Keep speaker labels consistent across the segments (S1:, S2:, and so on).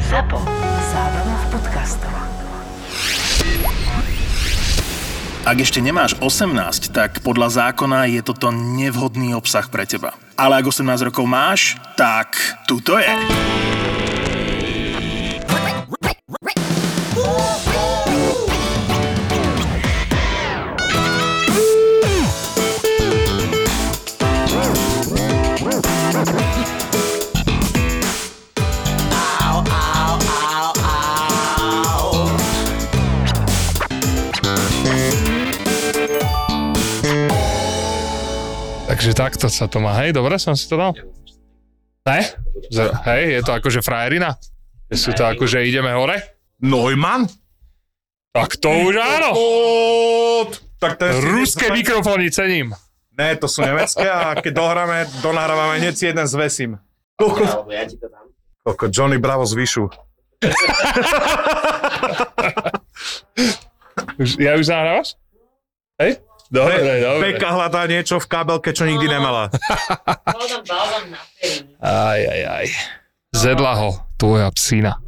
S1: Zapo. Zábrná v podcastov.
S2: Ak ešte nemáš 18, tak podľa zákona je toto nevhodný obsah pre teba. Ale ak 18 rokov máš, tak tuto je.
S3: Takže takto sa to má. Hej, dobre som si to dal? Ne? Z- hej, je to akože frajerina? Že Sú to akože ideme hore?
S4: Neumann?
S3: Tak to už áno!
S4: Od... Tak to je...
S3: Ruské mikrofóny cením.
S4: Ne, to sú nemecké a keď dohráme, donahrávame hneď si jeden zvesím. Koľko... Koľko Johnny Bravo zvyšu.
S3: Už, ja už nahrávaš? Hej? Dobre, dobre.
S4: Peka hľadá niečo v kábelke, čo nikdy nemala.
S5: Baldam, baldam na pevni.
S3: Aj, aj, aj. Zedla ho, tvoja psina.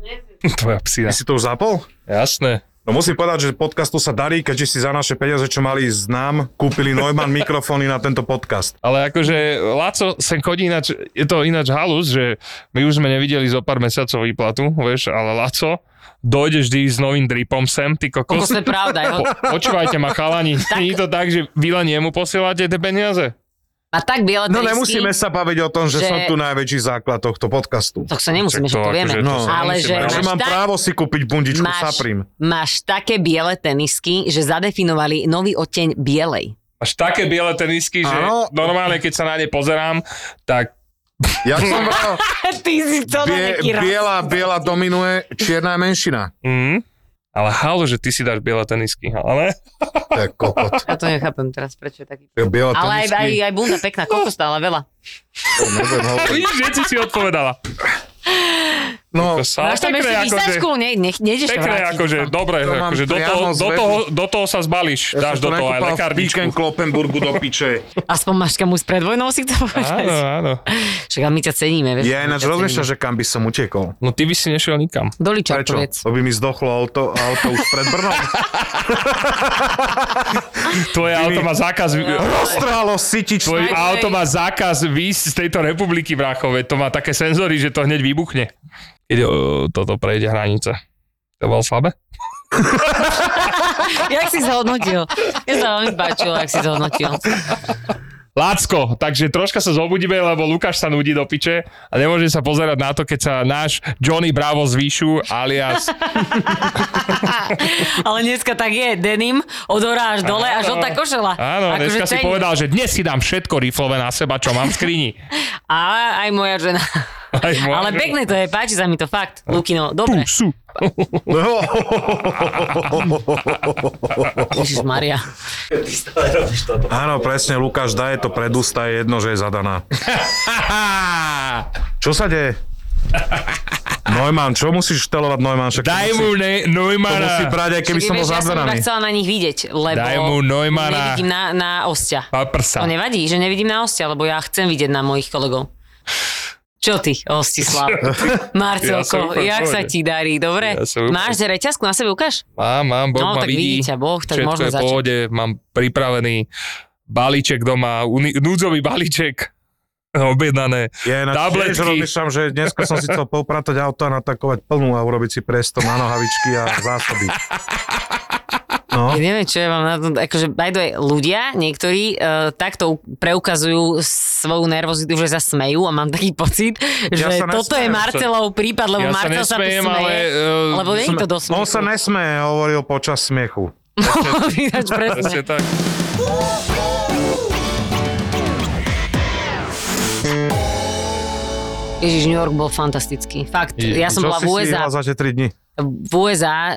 S3: Tvoja
S4: Ty
S3: psina.
S4: si to už zapol?
S3: Jasné.
S4: No musím povedať, že podcastu sa darí, keďže si za naše peniaze, čo mali z nám, kúpili Neumann mikrofóny na tento podcast.
S3: Ale akože Laco sem chodí ináč, je to ináč halus, že my už sme nevideli zo pár mesiacov výplatu, vieš, ale Laco dojde vždy s novým dripom sem, ty kokos.
S5: Kokos, to je pravda, jo.
S3: Po, počúvajte ma, chalani, nie je to tak, že vy len jemu posielate tie peniaze?
S5: A tak biele
S4: No
S5: trisky,
S4: nemusíme sa baviť o tom, že,
S5: že-
S4: som tu najväčší základ tohto podcastu.
S5: Tak sa nemusíme, že
S3: Však to
S5: to
S3: akože
S5: vieme.
S3: to
S4: No.
S3: sa nemusíme
S5: Ale že
S3: baviť.
S4: Takže
S5: máš
S4: mám
S5: tak-
S4: právo si kúpiť bundičku
S5: máš,
S4: Saprim.
S5: máš také biele tenisky, že zadefinovali nový odteň bielej.
S3: Až také biele tenisky, že
S4: Áno.
S3: normálne, keď sa na ne pozerám, tak
S6: Ja som vravel,
S5: Ty si to
S6: bie, biela, biela dominuje, čierna je menšina.
S3: mm, ale halo, že ty si dáš biele tenisky, ale
S6: To je kokot.
S5: Ja to nechápem teraz, prečo je taký...
S6: To je biela
S5: Ale aj, aj,
S6: tenisky.
S5: aj bunda pekná, koľko
S4: No.
S5: stála veľa.
S6: Nebudem hovoriť.
S3: vidíš, že si si odpovedala.
S6: No,
S3: To sa
S5: Máš tam ešte
S3: pekné, akože,
S5: výsačku? Ne, ne, nejdeš to
S3: pekné,
S5: vrátiť.
S3: akože, dobre,
S6: To mám
S3: akože do,
S6: priamo
S3: toho,
S6: z
S3: do,
S6: webu.
S3: toho, do toho sa zbalíš,
S6: ja
S3: dáš do
S6: som to
S3: toho aj
S6: nekúpal v
S3: lekárničku.
S6: Piken Kloppenburgu do piče.
S5: Aspoň máš kamu z predvojnou si to
S3: Áno,
S5: povedať.
S3: áno.
S5: Však ale my ťa ceníme, vieš.
S4: Ja
S5: my
S4: ináč
S5: ťa
S4: rozmýšľam,
S5: ceníme.
S4: že kam by som utekol.
S3: No ty by si nešiel nikam.
S5: Do Liča,
S4: Prečo?
S5: povedz.
S4: Lebo by mi zdochlo auto, auto už pred Brnom.
S3: Tvoje auto má zákaz...
S4: Roztrhalo sytič.
S3: Tvoj
S5: Aj,
S3: auto
S5: aj.
S3: má zákaz výjsť z tejto republiky, bráchove. To má také senzory, že to hneď vybuchne. Keď o, toto prejde hranice. To bolo slabé?
S5: Jak si zhodnotil? Ja sa veľmi páčilo, jak si zhodnotil.
S3: Lácko, takže troška sa zobudíme, lebo Lukáš sa nudí do piče a nemôže sa pozerať na to, keď sa náš Johnny Bravo zvýšu alias...
S5: Ale dneska tak je, denim od hora až dole, až od tá košela.
S3: Áno,
S5: Akože
S3: dneska si
S5: cením.
S3: povedal, že dnes si dám všetko riflové na seba, čo mám v skrini.
S5: A aj moja žena.
S3: Aj moja
S5: Ale
S3: žena.
S5: pekné to je, páči sa mi to fakt. Lukino, dobre.
S3: Sú.
S4: No.
S5: Ježiš Maria.
S4: Áno, presne, Lukáš, daj to pred ústa, je jedno, že je zadaná. Čo sa deje? Neumann, čo musíš štelovať Neumann? Však to
S3: Daj
S4: musí-
S3: mu ne-
S4: To musí
S3: Neumana.
S4: brať, aj keby som bol
S5: Vieš, ja som iba
S4: zadananý.
S5: chcela na nich vidieť, lebo
S3: Daj mu Neumana.
S5: nevidím na, na osťa.
S3: Paprsa.
S5: To nevadí, že nevidím na osťa, lebo ja chcem vidieť na mojich kolegov. Čo ty, Ostislav? Marcelko,
S3: Ja som úplne
S5: jak
S3: v
S5: sa
S3: pohode.
S5: ti darí, dobre?
S3: Ja som úplne-
S5: Máš reťazku na sebe, ukáž?
S3: Mám, mám, Boh
S5: No,
S3: ma
S5: tak
S3: vidí.
S5: vidí ťa Boh, tak
S3: Všetko
S5: môžeme
S3: je v
S5: začať.
S3: pohode, mám pripravený balíček doma, uni- núdzový balíček objednané.
S4: Ja ináč tiež
S3: Tabletky.
S4: rozmýšľam, že dneska som si chcel poupratať auto a natakovať plnú a urobiť si priestor na nohavičky a zásoby. No.
S5: Ja neviem, čo ja mám na tom, akože by the way, ľudia, niektorí uh, takto u- preukazujú svoju nervozitu, že sa smejú a mám taký pocit, že
S4: Ja sa
S5: toto
S4: nesmejem,
S5: je Marcelov prípad, lebo
S3: Ja sa
S5: Marcel sa, tu
S3: nesmejem,
S5: smeje,
S3: ale, eh,
S5: lebo nie je to do
S4: On sa
S5: smiechu.
S4: nesmeje, hovoril počas smiechu.
S5: Ináč
S3: Presne
S5: presne.
S3: tak.
S5: Ježiš, New York bol fantastický. Fakt, ja som
S4: Čo
S5: bola v
S4: si
S5: USA.
S4: stihla za tie 3 dni?
S5: v USA uh,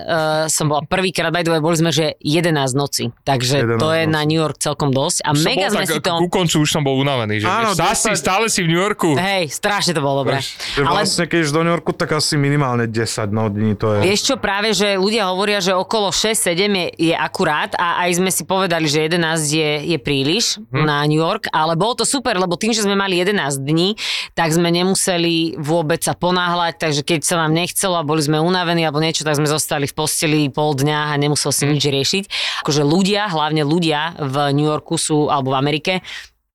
S5: som bola prvýkrát, by the way, boli sme, že 11 noci, takže
S4: 11
S5: to je
S4: noci.
S5: na New York celkom dosť a
S3: Som
S5: mega
S3: bol
S5: sme
S3: tak,
S5: si to...
S3: Ku koncu už som bol unavený, že Áno,
S4: Áno,
S3: si,
S4: dostať-
S3: stále si v New Yorku.
S5: Hej, strašne to bolo dobré.
S4: Že vlastne, keď ideš do New Yorku, tak asi minimálne 10 no dní to je.
S5: Vieš čo, práve, že ľudia hovoria, že okolo 6-7 je, je akurát a aj sme si povedali, že 11 je, je príliš na New York, ale bolo to super, lebo tým, že sme mali 11 dní, tak sme nemuseli vôbec sa ponáhľať, takže keď sa nám nechcelo a boli sme unavení alebo niečo, tak sme zostali v posteli pol dňa a nemusel si nič riešiť. Akože ľudia, hlavne ľudia v New Yorku sú, alebo v Amerike,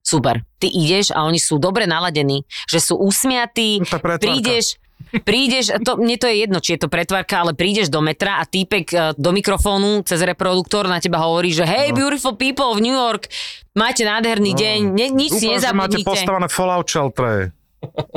S5: Super. Ty ideš a oni sú dobre naladení, že sú usmiatí,
S4: No tá pretvárka.
S5: prídeš, prídeš, to, mne to je jedno, či je to pretvárka, ale prídeš do metra a týpek e, do mikrofónu cez reproduktor na teba hovorí, že
S4: No.
S5: hey, beautiful people v New York, máte nádherný deň, ne, nič
S4: Dúfam, že
S5: si
S4: máte
S5: nezabudnite.
S4: postavané Fallout Shelter.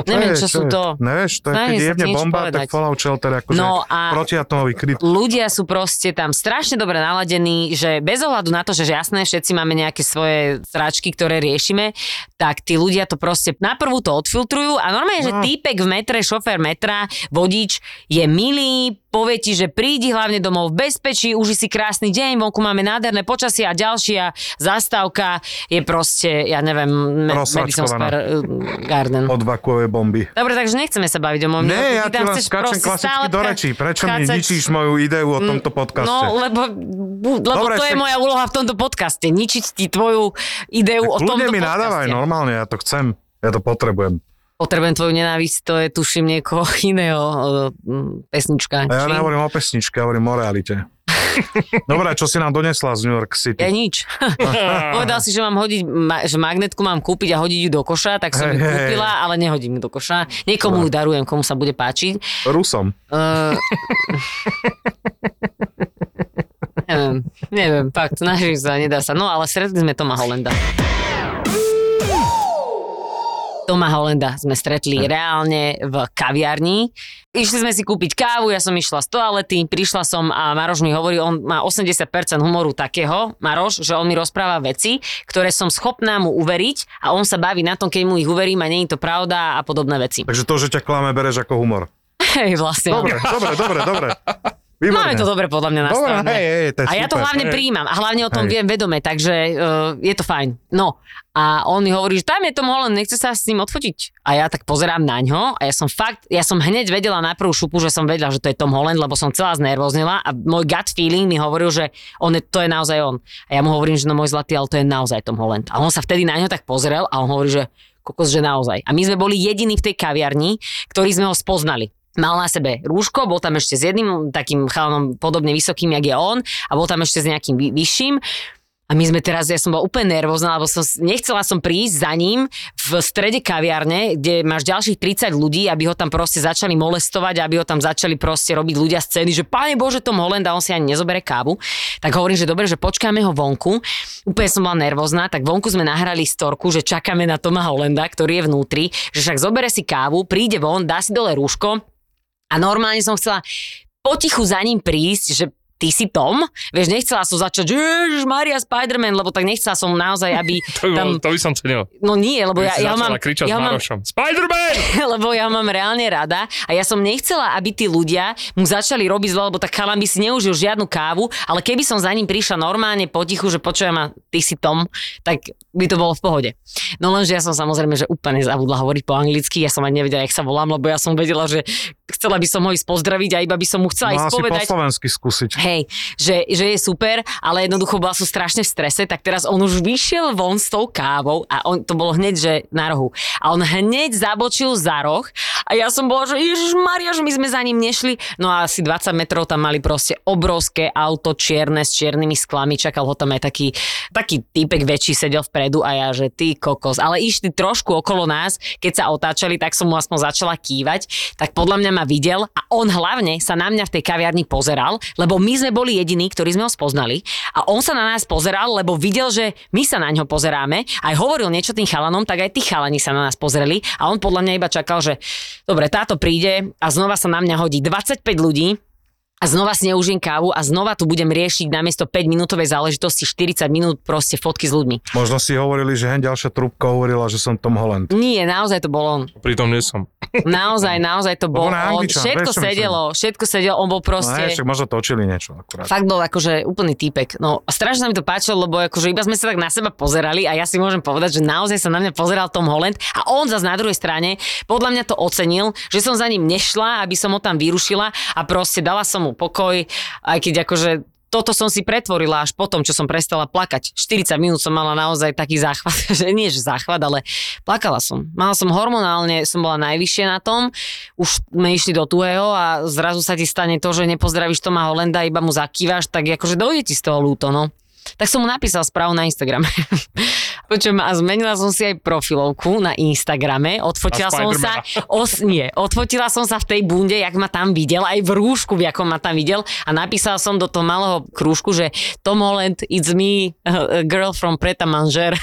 S5: Neviem, čo, sú to.
S4: Nevieš, to je, keď
S5: Snažím sa
S4: jevne
S5: ti niečo
S4: bomba, tak
S5: povedať.
S4: Fallout Shelter je akože
S5: No a-
S4: protiatomový kryt.
S5: ľudia sú proste tam strašne dobre naladení, že bez ohľadu na to, že jasné, všetci máme nejaké svoje sračky, ktoré riešime, tak tí ľudia to proste naprvu to odfiltrujú a normálne,
S4: No.
S5: že týpek v metre, šofér metra, vodič je milý, povie ti, že prídi hlavne domov v bezpečí, uži si krásny deň, vonku máme nádherné počasie a ďalšia zastávka je proste, ja neviem, Me- Madison
S4: Rozsračkovaná.
S5: Square eh, Garden.
S4: Od vakuové bomby.
S5: Dobre, takže nechceme sa baviť o mojom New Yorku.
S4: Nie, ja ti
S5: Ty tam
S4: len
S5: chceš
S4: skáčem
S5: proste
S4: klasicky
S5: stále
S4: do
S5: ka-
S4: reči. Prečo mi
S5: skácať-
S4: ničíš moju ideu o tomto podcaste?
S5: No, lebo, lebo
S4: Dobre,
S5: Dobre, to je
S4: však-
S5: moja úloha v tomto podcaste. Ničiť ti tvoju ideu o
S4: tak
S5: tomto
S4: ľudia mi
S5: podcaste.
S4: nadávaj, no. normálne, ja to chcem. Ja to potrebujem.
S5: Potrebujem tvoju nenávisť, to je tuším niekoho iného eh, mm,
S4: A
S5: pesnička.
S4: ja
S5: či-
S4: nehovorím o pesničke, ja hovorím o realite. Dobre, a čo si nám donesla z New York
S5: Ja
S4: City?
S5: nič. Povedal si, že mám hodiť, ma- že magnetku mám kúpiť a hodiť ju do koša, tak som
S4: Hej,
S5: ju
S4: hej.
S5: kúpila, ale nehodím ju do koša. Niekomu ju darujem, komu sa bude páčiť.
S4: Rusom.
S5: Eh, neviem, neviem, fakt, snažím sa, nedá sa. No ale stretli sme Toma Holenda. Toma Holenda sme stretli reálne v kaviarni. Išli sme si kúpiť kávu, ja som išla z toalety, prišla som a Maroš mi hovorí, on má 80% humoru takého, Maroš, že on mi rozpráva veci, ktoré som schopná mu uveriť a on sa baví na tom, keď mu ich uverím a nie je to pravda a podobné veci.
S4: Takže to, že ťa klame, bereš ako humor.
S5: Hej, vlastne.
S4: Dobre, dobre, dobre, dobre.
S5: Máme to dobre podľa mňa
S4: Dobre,
S5: nastavené.
S4: hej, hej, to je
S5: a ja to
S4: super.
S5: hlavne
S4: Hej.
S5: prijímam a hlavne o tom
S4: Hej.
S5: viem vedome, takže uh, je to fajn. No a on mi hovorí, že tam je Tom Holland, nechce sa s ním odfotiť. A ja tak pozerám na ňo a ja som fakt, ja som hneď vedela na prvú šupu, že som vedela, že to je Tom Holland, lebo som celá znervoznila a môj gut feeling mi hovoril, že on je, to je naozaj on. A ja mu hovorím, že no môj zlatý, ale to je naozaj Tom Holland. A on sa vtedy na ňo tak pozrel a on hovorí, že kokos, že naozaj. A my sme boli jediní v tej kaviarni, ktorí sme ho spoznali. Mal na sebe rúško, bol tam ešte s jedným takým chalanom podobne vysokým, jak je on a bol tam ešte s nejakým vy- vyšším. A my sme teraz, ja som bola úplne nervózna, lebo som, s- nechcela som prísť za ním v strede kaviarne, kde máš ďalších 30 ľudí, aby ho tam proste začali molestovať, aby ho tam začali proste robiť ľudia scény, že páne Bože, Tom Holland a on si ani nezobere kávu. Tak hovorím, že dobre, že počkáme ho vonku. Úplne som bola nervózna, tak vonku sme nahrali storku, že čakáme na Toma Holanda, ktorý je vnútri, že však zobere si kávu, príde von, dá si dole rúško, a normálne som chcela potichu za ním prísť, že ty si Tom, vieš, nechcela som začať, že Ježiš, Maria Spider-Man, lebo tak nechcela som naozaj, aby
S3: To, by,
S5: tam...
S3: bol- to by som cenil.
S5: No nie, lebo
S3: Keby
S5: ja,
S3: si
S5: ja, ho
S3: začala
S5: mám,
S3: kričať
S5: ja
S3: s
S5: ho mám
S3: Marošom. Spider-Man!
S5: lebo ja ho mám reálne rada a ja som nechcela, aby tí ľudia mu začali robiť zle, lebo tak chalan by si neužil žiadnu kávu, ale keby som za ním prišla normálne potichu, že počujem ma, ty si Tom, tak by to bolo v pohode. No lenže ja som samozrejme, že úplne zabudla hovoriť po anglicky, ja som ani nevedela, jak sa volám, lebo ja som vedela, že chcela by som ho ísť pozdraviť a iba by som mu chcela
S4: Mala
S5: ísť
S4: si po
S5: povedať.
S4: slovensky skúsiť.
S5: Hej, že, že je super, ale jednoducho bola som strašne v strese, tak teraz on už vyšiel von s tou kávou a on, to bolo hneď, že na rohu. A on hneď zabočil za roh a ja som bola, že Ježiš Maria, že my sme za ním nešli. No a asi 20 metrov tam mali proste obrovské auto čierne s čiernymi sklami, čakal ho tam aj taký, taký týpek väčší sedel vpredu a ja, že ty kokos. Ale išli trošku okolo nás, keď sa otáčali, tak som mu aspoň začala kývať, tak podľa mňa ma videl a on hlavne sa na mňa v tej kaviarni pozeral, lebo my sme boli jediní, ktorí sme ho spoznali a on sa na nás pozeral, lebo videl, že my sa na ňo pozeráme, aj hovoril niečo tým chalanom, tak aj tí chalani sa na nás pozreli a on podľa mňa iba čakal, že dobre, táto príde a znova sa na mňa hodí 25 ľudí, a znova si neužijem kávu a znova tu budem riešiť namiesto 5 minútovej záležitosti 40 minút proste fotky s ľuďmi.
S4: Možno si hovorili, že hen ďalšia trúbka hovorila, že som Tom Holland.
S5: Nie, naozaj to bol on.
S3: Pritom nie som.
S5: Naozaj, naozaj to
S4: on
S5: bol
S4: je
S5: on.
S4: Angličan,
S5: Všetko
S4: vieš, čo myslím.
S5: sedelo, všetko sedelo, on bol
S4: No hej,
S5: proste...
S4: však možno točili niečo akurát.
S5: Fakt bol akože úplný týpek. No a strašne sa mi to páčilo, lebo akože iba sme sa tak na seba pozerali a ja si môžem povedať, že naozaj sa na mňa pozeral Tom Holland a on zase na druhej strane podľa mňa to ocenil, že som za ním nešla, aby som ho tam vyrušila a proste dala som mu pokoj, aj keď akože toto som si pretvorila až potom, čo som prestala plakať. 40 minút som mala naozaj taký záchvat, že nie že záchvat, ale plakala som. Mala som hormonálne, som bola najvyššie na tom, už sme išli do tuhého a zrazu sa ti stane to, že nepozdravíš Toma Holenda, iba mu zakývaš, tak akože dojde ti z toho lúto, no. Tak som mu napísal správu na Instagrame. Počujem, a zmenila som si aj profilovku na Instagrame. Odfotila
S3: A
S5: som sa... Os, nie, odfotila som sa v tej bunde, jak ma tam videl, aj v rúšku, v jakom ma tam videl a napísala som do toho malého krúžku, že Tom Holland, it's me, uh, uh, girl from Preta Manger.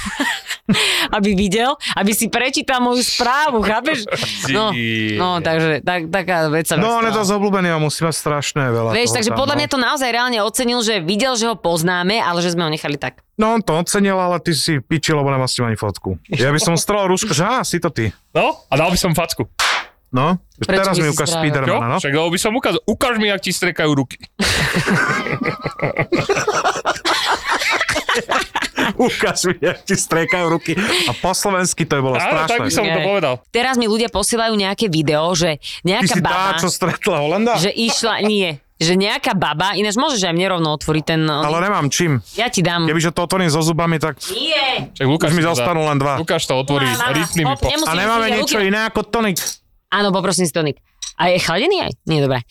S5: aby videl, aby si prečítal moju správu, chápeš? No, no takže tak, taká vec sa mi
S4: No on je
S5: stala.
S4: dosť obľúbený a musí mať strašné veľa.
S5: Vieš,
S4: toho
S5: takže
S4: tam,
S5: podľa
S4: no.
S5: mňa to naozaj reálne ocenil, že videl, že ho poznáme, ale že sme ho nechali tak.
S4: No on to ocenil, ale ty si pičil, lebo nemá s tým ani fotku. Ja by som strel Rusko, že á, si to ty.
S3: No, a dal by som facku.
S4: No,
S5: Prečo
S4: teraz
S5: by
S4: mi
S5: si
S4: ukáž
S5: strelil?
S3: Čo?
S4: Spidermana, no.
S3: Však lebo by som ukázal. Ukáž mi, jak ti strekajú ruky.
S4: Ukáž mi, jak ti strekajú ruky. A po slovensky to je bolo
S3: Áno, tak by
S4: strašné.
S3: som to
S5: Nie.
S3: povedal.
S5: Teraz mi ľudia posielajú nejaké video, že
S4: Ty
S5: nejaká
S4: si
S5: baba...
S4: tá, čo stretla Holanda?
S5: že išla, nie, že nejaká baba, ináč môžeš aj mne rovno otvoriť ten,
S4: Ale
S5: ale...
S4: nemám čím.
S5: ja ti dám.
S4: Kebyže to otvorím so zubami, tak
S5: Nie!
S3: Čak, Lukáš
S4: už mi
S3: to dá.
S4: zostanú len dva.
S3: Lukáš to otvorí
S5: Mama, mama,
S3: rytmi mi
S5: hop,
S3: po...
S5: nemusí-
S4: A nemáme
S5: Musíš-
S4: niečo
S5: ruky-
S4: iné ako tonik.
S5: Áno, poprosím si tonik. A je chladený aj? Nie, dobre.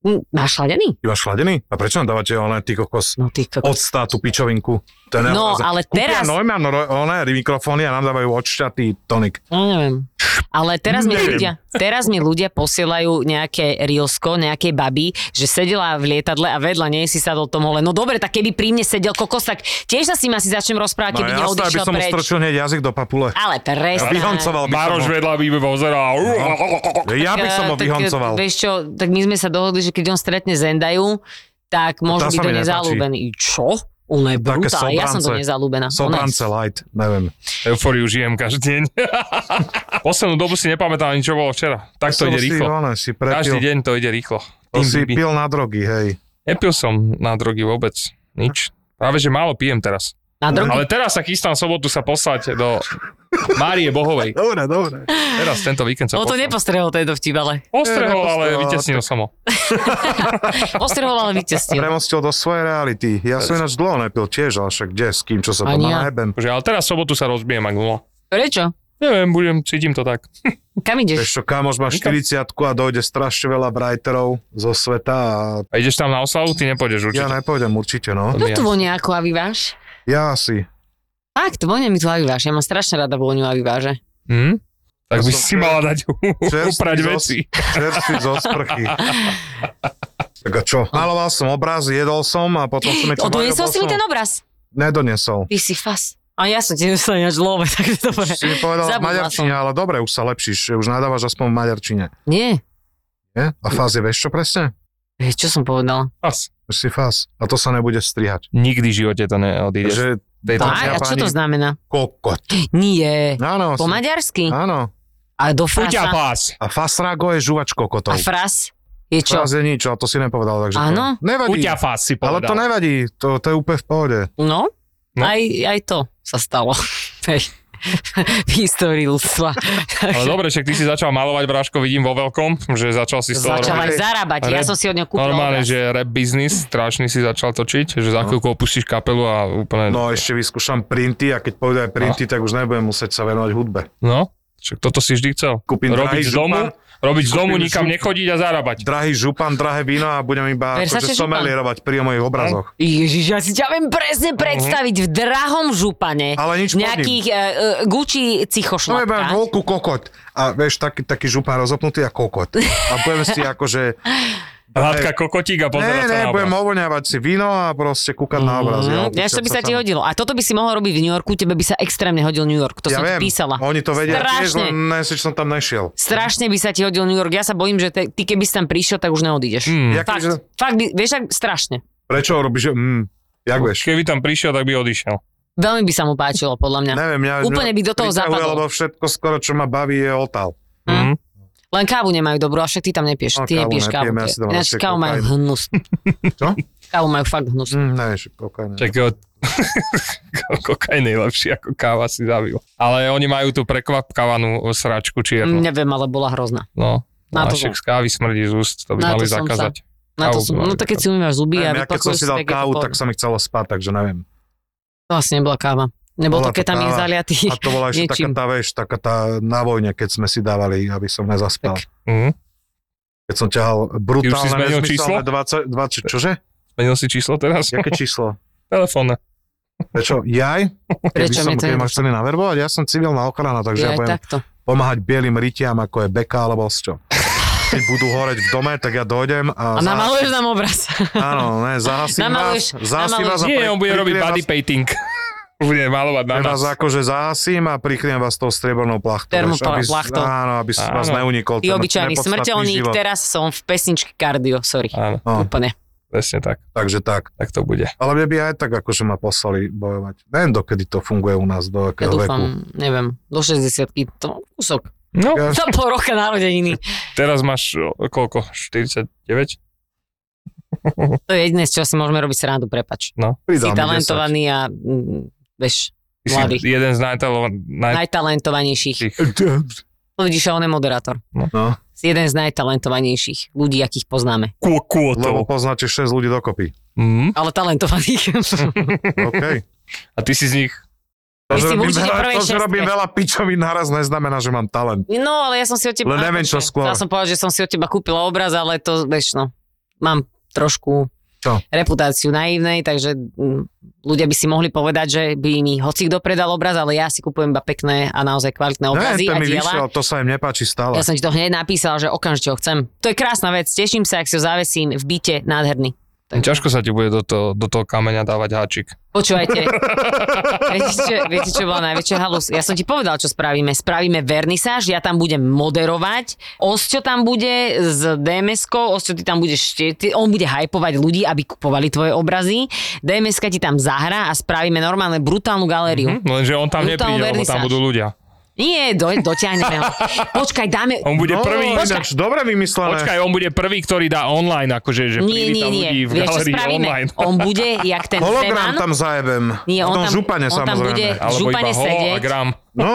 S5: Mm, Máš chladený?
S4: Iba chladený? A prečo nám dávate oné ty kokos?
S5: No ty kokos.
S4: Odstá tú pičovinku. To je
S5: No,
S4: nehorázne.
S5: ale
S4: Kúpia
S5: teraz-
S4: Neumann, ro- oné mikrofóny a nám dávajú odšťatý tonik.
S5: No neviem. Ale teraz mi,
S4: Neviem.
S5: ľudia, teraz mi ľudia posielajú nejaké rilsko, nejakej baby, že sedela v lietadle a vedľa nej si sadol Tom Holland. No dobre, tak keby pri mne sedel kokos, tak tiež sa s ním asi začnem rozprávať,
S4: No
S5: keby
S4: jasné, aby
S5: neodišiel
S4: som mu
S5: preč.
S4: strčil hneď jazyk do papule.
S5: Ale
S4: A
S5: prestaň.
S4: vyhoncoval by som
S3: Maroš
S4: ho.
S3: vedľa by pozeral.
S4: Ja by som ho
S5: tak,
S4: vyhoncoval.
S5: Vieš čo, tak my sme sa dohodli, že keď on stretne Zendaju, tak môže
S4: tá
S5: byť
S4: No sa
S5: do
S4: mi
S5: nej
S4: nepáči.
S5: zalúbený. Čo? Ona je
S4: Také
S5: brutál, ja som
S4: sobrance.
S5: do nej zalúbená. Ona
S4: Sobrance
S5: je-
S4: light, neviem.
S3: Euforiu žijem každý deň. Poslednú dobu si nepamätám ani, čo bolo včera. Tak to
S4: Som
S3: ide
S4: si,
S3: rýchlo.
S4: Oné, si
S3: Každý
S4: prepil.
S3: deň to ide rýchlo.
S4: To
S3: Tým
S4: si
S3: bibi.
S4: pil na drogy, hej.
S3: Nepil som na drogy vôbec. Nič. Práve, že málo pijem teraz.
S5: Na drogy.
S3: Ale teraz sa chystám sobotu sa poslať do Márie Bohovej.
S4: Dobre, dobre.
S3: Teraz tento víkend sa
S5: On No to
S3: poslám.
S5: nepostrehol, to je dovtip, ale
S3: Postrehol, ale
S4: Nepostrehol,
S3: vytesnil som ho.
S5: postrehol, ale vytesnil.
S4: Premostil do svojej reality. Ja som ináč dlho nepil tiež, ale však kde, s kým, čo sa to
S5: Ani
S4: má
S5: ja.
S4: na heben.
S3: Akože, ale teraz sobotu sa rozbijem, ak no.
S5: Prečo?
S3: Neviem, budem, cítim to tak.
S5: Kam ideš?
S4: Vieš čo, kamoš má 40 a dojde strašne veľa brajterov zo sveta a
S3: A ideš tam na oslavu, ty nepôjdeš
S4: ja
S3: určite.
S4: nepôjdem určite, no.
S5: Kto tu vonia ako aviváš?
S4: Ja asi.
S5: Fakt, vonia mi tu aviváš. Ja mám strašne rada vôňu aviváže.
S3: Hm? Tak
S4: Ja
S3: by
S4: som
S3: si
S4: čer-
S3: mala dať uprať
S4: zo-
S3: veci.
S4: Čerstvý zo sprchy. Tak a čo? Maloval som obraz, jedol som a potom som... niečo
S5: Odoniesol
S4: varil,
S5: si mi
S4: bol
S5: ten
S4: som-
S5: obraz.
S4: Nedoniesol.
S5: Ty si fas. A ja som ti nesla ináč love, takže dobre.
S4: Si mi povedal v
S5: Zabudla
S4: maďarčine, ale dobre, už sa lepšíš, už nadávaš aspoň v maďarčine.
S5: Nie.
S4: Nie? A fáz je, vieš čo presne?
S5: Vieš, čo som povedala?
S3: As.
S4: Už si fáz. A to sa nebude strihať.
S3: Nikdy v živote to neodídeš. Že...
S4: Že
S3: Tejto...
S4: Tak,
S5: Tak, a čo to
S4: Japani-
S5: znamená?
S4: kokot.
S5: Nie.
S4: Áno.
S5: Po
S4: si-
S5: maďarsky?
S4: Áno.
S5: A do
S3: Fuťa
S5: frasa.
S3: pás.
S4: A fasrago je žuvač kokotov.
S5: A fras je čo?
S4: Fráz je nič, ale to si nepovedal, takže
S5: Áno.
S4: to nevadí.
S3: Fuťa pás si
S4: Ale
S3: povedal.
S4: to nevadí, to, to je úplne v pohode.
S5: No,
S3: No.
S5: Aj, aj to sa stalo. Hej. v histórii ľudstva.
S3: Ale dobre, však ty si začal malovať Bráško, vidím vo veľkom, že začal si z toho
S5: Začal
S3: robiť.
S5: aj zarábať. Ja
S3: Red-
S5: som si od neho kúpil
S3: Normálne,
S5: obraz.
S3: že rap business, strašný si začal točiť, že za chvíľku opustíš kapelu a úplne... No,
S4: No ešte vyskúšam printy a keď pôjdu aj printy, tak už nebudem musieť sa venovať hudbe.
S3: No? však toto si vždy chcel.
S4: Kúpim drahý
S3: robiť z domu,
S4: župan,
S3: robiť z domu,
S4: kúpim
S3: nikam
S4: župan.
S3: nechodiť a zarábať.
S4: drahý župan, drahé víno a budem iba
S5: Versace
S4: akože
S5: župan.
S4: somelierovať pri mojich obrazoch.
S5: Ježiš, ja si ťa viem presne
S3: Mhm.
S5: predstaviť v drahom župane.
S4: Ale nič
S5: Nejakých uh, uh, Gucci
S4: No iba
S5: cichošlapkách.
S4: veľkú kokot. A vieš, taký, taký župan rozopnutý a kokot. A budem si akože
S3: Hádka kokotík a pozerať
S4: Ne,
S3: sa
S4: ne,
S3: na obraz.
S4: budem ovoňávať si víno a proste kúkať na no. obraz.
S5: Mhm,
S4: Ja,
S5: vieš, to by sa ti hodilo. A toto by si mohol robiť v New Yorku, tebe by sa extrémne hodil New York. To
S4: ja
S5: som
S4: viem,
S5: ti písala.
S4: oni to vedia tiež,
S5: Strašne.
S4: len ne, si som tam nešiel.
S5: Strašne by sa ti hodil New York. Ja sa bojím, že te, ty keby si tam prišiel, tak už neodídeš.
S3: Mm.
S4: Jak
S5: Mhm. Fakt,
S4: že,
S5: fakt by, vieš, ak, strašne.
S7: Prečo robíš, že...
S4: Mhm.
S7: Mm, jak vieš?
S3: Keby tam prišiel, tak by odišiel.
S5: Veľmi by sa mu páčilo, podľa mňa.
S4: neviem, ja,
S5: Úplne by do toho
S4: priťahuje,
S5: zapadol.
S4: lebo všetko skoro, čo ma baví, je otál.
S3: Mm.
S5: Hm? Len kávu nemajú dobrú, a však ty tam
S4: No,
S5: nepieš. ty
S4: kávu
S5: nepieš
S4: nepijem,
S5: kávu.
S4: ja
S5: ty-
S4: si dám
S5: Ináč
S4: radšej
S5: kávu majú
S4: kokain.
S5: hnus.
S4: Čo?
S5: Kávu majú fakt hnus.
S4: Mm, neviem, že kokajne.
S3: Čak, o- ko- kokaj najlepší, ako káva si zabil. Ale oni majú tú prekvapkávanú sračku čiernu.
S5: Neviem, ale bola hrozná.
S3: No.
S5: Na to
S3: Mášek z kávy smrdí z úst, to by
S5: Na to
S3: mali
S5: som
S3: zakázať.
S5: Na to
S3: Kávu
S5: som,
S3: majú
S5: no tak keď si umývaš zuby a
S4: Neviem, ja keď som
S5: vypakuješ
S4: si dal
S5: je to
S4: kávu,
S5: pohodlné.
S4: tak sa mi chcelo spať, takže neviem.
S5: To No, asi nebola káva. Nebolo
S4: Bola
S5: to,
S4: to
S5: keď tam ich
S4: káva.
S5: zaliatý.
S4: A to bola ešte taká
S5: Niečím.
S4: tá, vieš, taká tá na vojne, keď sme si dávali, aby som nezaspal.
S5: Tak.
S3: Mhm.
S4: Keď som ťahal
S3: Ty už si
S4: brutálne,
S3: zmenil
S4: nezmyselné 20, 20, čože?
S3: Zmenil si číslo teraz?
S4: Jaké číslo?
S3: Telefónne.
S4: Prečo? Jaj? Keby
S5: Prečo
S4: som,
S5: mi to
S4: keď ma
S5: nedošlo?
S4: chceli naverbovať, ja som civilná ochrana, takže ja,
S5: Aj
S4: budem
S5: takto.
S4: pomáhať bielým rytiam, ako je beka alebo s čo. Keď budú horeť v dome, tak ja dojdem a...
S5: A
S4: zahasím-
S5: namaluješ nám obraz.
S4: Áno, ne, zahasím
S5: Namaluješ-
S4: vás. Zahasím
S5: namaluješ-
S4: vás a
S3: Nie, on bude robiť
S4: prikryjem
S3: body
S4: vás-
S3: painting. Bude malovať na
S4: ja
S3: nás.
S4: vás akože zahasím a prikryjem vás tou striebornou plachtou. vieš, aby-
S5: Termoplachtou.
S4: Áno, aby som vás
S3: Áno.
S4: neunikol.
S5: Ty
S4: ten
S5: obyčajný
S4: nepodstatný
S5: smrteľník,
S4: život.
S5: teraz som v pesničke Cardio, sorry.
S3: Áno,
S4: No,
S5: Úplne.
S3: presne tak.
S4: takže tak.
S3: Tak to bude.
S4: Ale mne by aj tak akože ma poslali bojovať. Neviem, dokedy to funguje u nás, do
S5: Ja
S4: akého veku.
S5: dúfam, neviem, do 60 to kúsok.
S3: No,
S4: Ja-
S5: Za pol roka narodeniny.
S3: teraz máš o, koľko? 49?
S5: To je jediné, z čoho si môžeme robiť srandu, prepač. Si
S4: Pridám 10.
S5: talentovaný a mm, vieš,
S3: Ty si
S5: Mladý.
S3: jeden z najtalo- naj...
S5: najtalentovanejších. No vidíš, a on je moderátor.
S4: No.
S5: Si jeden z najtalentovanejších ľudí, akých poznáme.
S3: Kô-
S4: Lebo
S3: kôtov.
S4: poznáte 6 ľudí dokopy.
S3: Mhm.
S5: Ale talentovaných.
S4: OK.
S3: A ty si z nich...
S5: Vy
S4: že
S5: si
S4: robím
S5: určite
S4: veľa-
S5: prvej
S4: to, že
S5: šestke.
S4: robím veľa pičovín naraz, neznamená, že mám talent.
S5: No, ale ja som si od
S4: Len
S5: teba...
S4: neviem, čo skôr.
S5: Chcela som povedať, že som si od teba kúpila obraz, ale to, vieš, no, mám trošku
S4: Čo?
S5: reputáciu naivnej, takže mm, ľudia by si mohli povedať, že by mi hoci kto predal obraz, ale ja si kupujem iba pekné a naozaj kvalitné obrazy
S4: to
S5: No, a
S4: mi
S5: diela.
S4: vyšiel, to sa im nepáči stále.
S5: Ja som ti to hneď napísal, že okamžite ho chcem. To je krásna vec, teším sa, ak si ho zavesím v byte, nádherný. Tak-
S3: Ťažko sa ti bude do, to, do toho kameňa dávať háčik.
S5: Počúvajte, viete čo, viete, čo bola najväčšia halus? Ja som ti povedal, čo spravíme. Spravíme vernisáž, ja tam budem moderovať, Osťo tam bude s DMS-kou, Osťo ty tam budeš, tie- ty, on bude hypovať ľudí, aby kupovali tvoje obrazy, DMS-ka ti tam zahra a spravíme normálne brutálnu galériu.
S3: Hm? Lenže on tam
S5: Budú tam
S3: nepríde, lebo tam
S5: vernisáž.
S3: budú ľudia.
S5: Nie, do, dotiahneme ho. Počkaj, dáme...
S3: On bude
S4: no,
S3: prvý...
S4: Ináč, dobre vymyslené.
S3: Počkaj, on bude prvý, ktorý dá online, akože, že
S5: Nie,
S3: privíta
S5: nie, nie.
S3: ľudí v
S5: Vieš, čo
S3: galerii
S5: spravíme?
S3: online.
S5: On bude, jak ten
S4: Hologram
S5: Zeman,
S4: tam zajebem.
S5: Nie,
S4: v
S5: on
S4: tom
S5: tam-
S4: župane
S5: on tam
S4: samozrejme.
S5: bude-
S3: Alebo iba
S5: župane
S3: ho a
S5: sedieť.
S3: gram.
S4: No,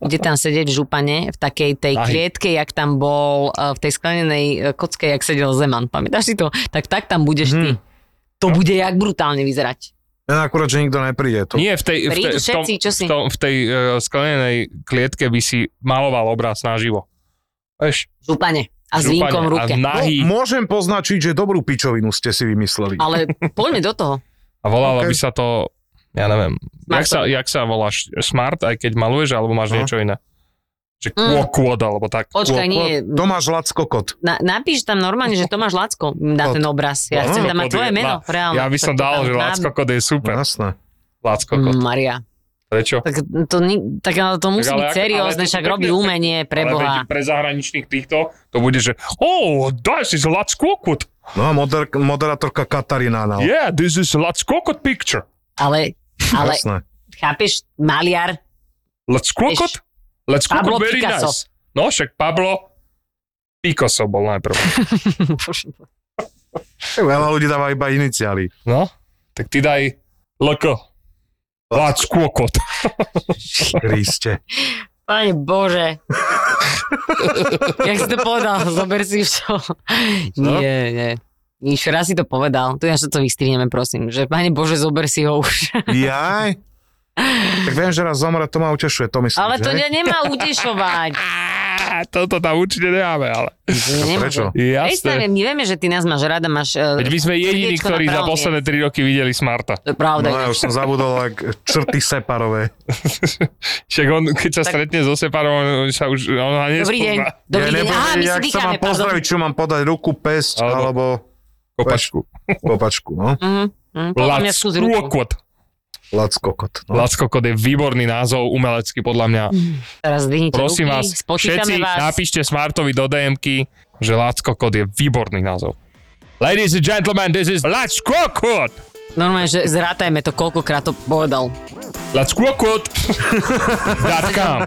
S5: bude tam sedieť v župane, v takej tej
S3: Nahý.
S5: klietke, jak tam bol e, v tej sklenenej e, kocke, jak sedel Zeman. Pamätáš si to? Tak tak tam budeš
S3: Mhm.
S5: ty. To
S3: No.
S5: bude jak brutálne vyzerať.
S4: len akurát, že nikto nepríde. To,
S3: Nie, v tej, v tej,
S5: Prídu
S3: v tom,
S5: všetci, čo si?
S3: v tom, v tej uh, sklenenej klietke by si maloval obraz naživo. Vieš,
S5: V župane. A s
S3: župane
S5: vínkom v ruke.
S3: A
S4: no,
S3: nahý.
S4: môžem poznačiť, že dobrú pičovinu ste si vymysleli.
S5: Ale poďme do toho.
S3: A volalo
S4: Ok.
S3: by sa to, ja neviem, jak sa,
S5: Smart.
S3: jak sa voláš? Smart, aj keď maluješ, alebo máš
S4: No.
S3: niečo iné? Že
S5: Mm.
S3: mm. kôd, alebo tak.
S5: Počkaj,
S4: Kôd,
S5: nie.
S4: kôd. Tomáš Lacko Kot.
S5: Na, napíš tam normálne, že Tomáš Lacko dá
S3: No,
S4: Kot.
S5: ten obraz. Ja
S3: Lacko
S5: chcem tam mať
S3: Kod je-
S5: tvoje meno,
S3: La-
S5: reálne.
S3: no, Ja by som
S5: no, Tak to
S3: dal,
S5: tam
S3: že
S5: dám.
S3: Lacko kod je super.
S4: Jasné.
S3: Lacko kod.
S5: Mm, Maria.
S3: Prečo?
S5: Tak to, ni- tak ale to musí
S3: ale
S5: byť
S3: ako- ale
S5: seriózne,
S3: to sú
S5: však
S3: pekné-
S5: robí umenie pre
S3: Ale veď
S5: Boha.
S3: pre zahraničných týchto to bude, že oh, this is Lac Kokot.
S4: No a moder, moderátorka Katarína. No.
S3: Yeah, this is Lac Kokot picture.
S5: Ale, ale
S4: Jasné.
S5: chápeš, maliar,
S3: Lac Kokot? Lac
S5: Pablo
S3: Kokot very
S5: Picasso.
S3: nice. No však Pablo Picasso bol najprv.
S4: Veľa ľudí dáva iba iniciály.
S3: No, tak ty daj LK. Lac Kokot.
S4: Kriste.
S5: Pane Bože. Jak si to povedal, zober si čo. Nie, nie. Nič, raz si to povedal. Tu ja sa to vystrihneme, prosím. Že, pane Bože, zober si ho už.
S4: Jaj. Tak viem, že raz zomre, to ma utešuje, to myslím.
S5: Ale to
S4: že?
S5: ťa nemá utešovať.
S3: Ah, Toto tam určite nemáme, ale...
S6: Prečo?
S3: Jasné.
S5: my vieme, že ty nás máš rada, máš... e,
S3: Veď my sme jediní, ktorí za posledné 3 roky videli Smarta.
S5: To je pravda.
S6: No ja už som zabudol, ak črty separové.
S3: Však on, keď sa
S5: Tak-
S3: stretne so Separom, on sa už... On ho
S5: Dobrý deň.
S3: nespozná.
S5: Dobrý deň.
S6: nebudem
S5: Aha, my
S6: vedieť, ak
S5: si
S6: sa
S5: dýchame,
S6: mám pozdraviť, čo mám podať ruku, pesť,
S3: Alebo-
S6: alebo
S3: Kopačku.
S6: kopačku, no.
S5: Mhm, mhm, podľa mňa skús ruku.
S3: Lackokot.
S6: Lackokot. No.
S3: Lackokot je výborný názov, umelecký podľa mňa.
S5: Teraz dvihnite
S3: Prosím
S5: ruky,
S3: vás, všetci
S5: spočítame vás.
S3: napíšte Smartovi do DM-ky, že Lackokot je výborný názov. Ladies and gentlemen, this is Lackokot!
S5: Normálne, že zrátajme to, koľkokrát to povedal.
S3: Lackokot! Dot com.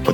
S8: po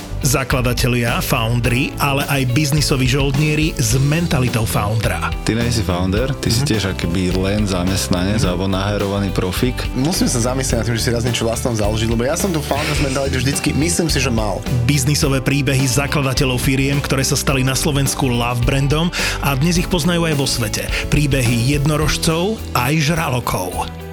S2: Zakladatelia, foundry, ale aj biznisoví žoldnieri s mentalitou foundra.
S8: Ty nie si founder, ty si tiež akoby len zamestnanec alebo naherovaný profik.
S9: Musím sa zamyslieť nad tým, že si raz niečo vlastnom založiť, lebo ja som tu founder mentality vždycky, myslím si, že mal.
S2: Biznisové príbehy zakladateľov firiem, ktoré sa stali na Slovensku love brandom a dnes ich poznajú aj vo svete. Príbehy jednorožcov aj žralokov.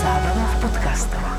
S1: Zábrná v podcastovách.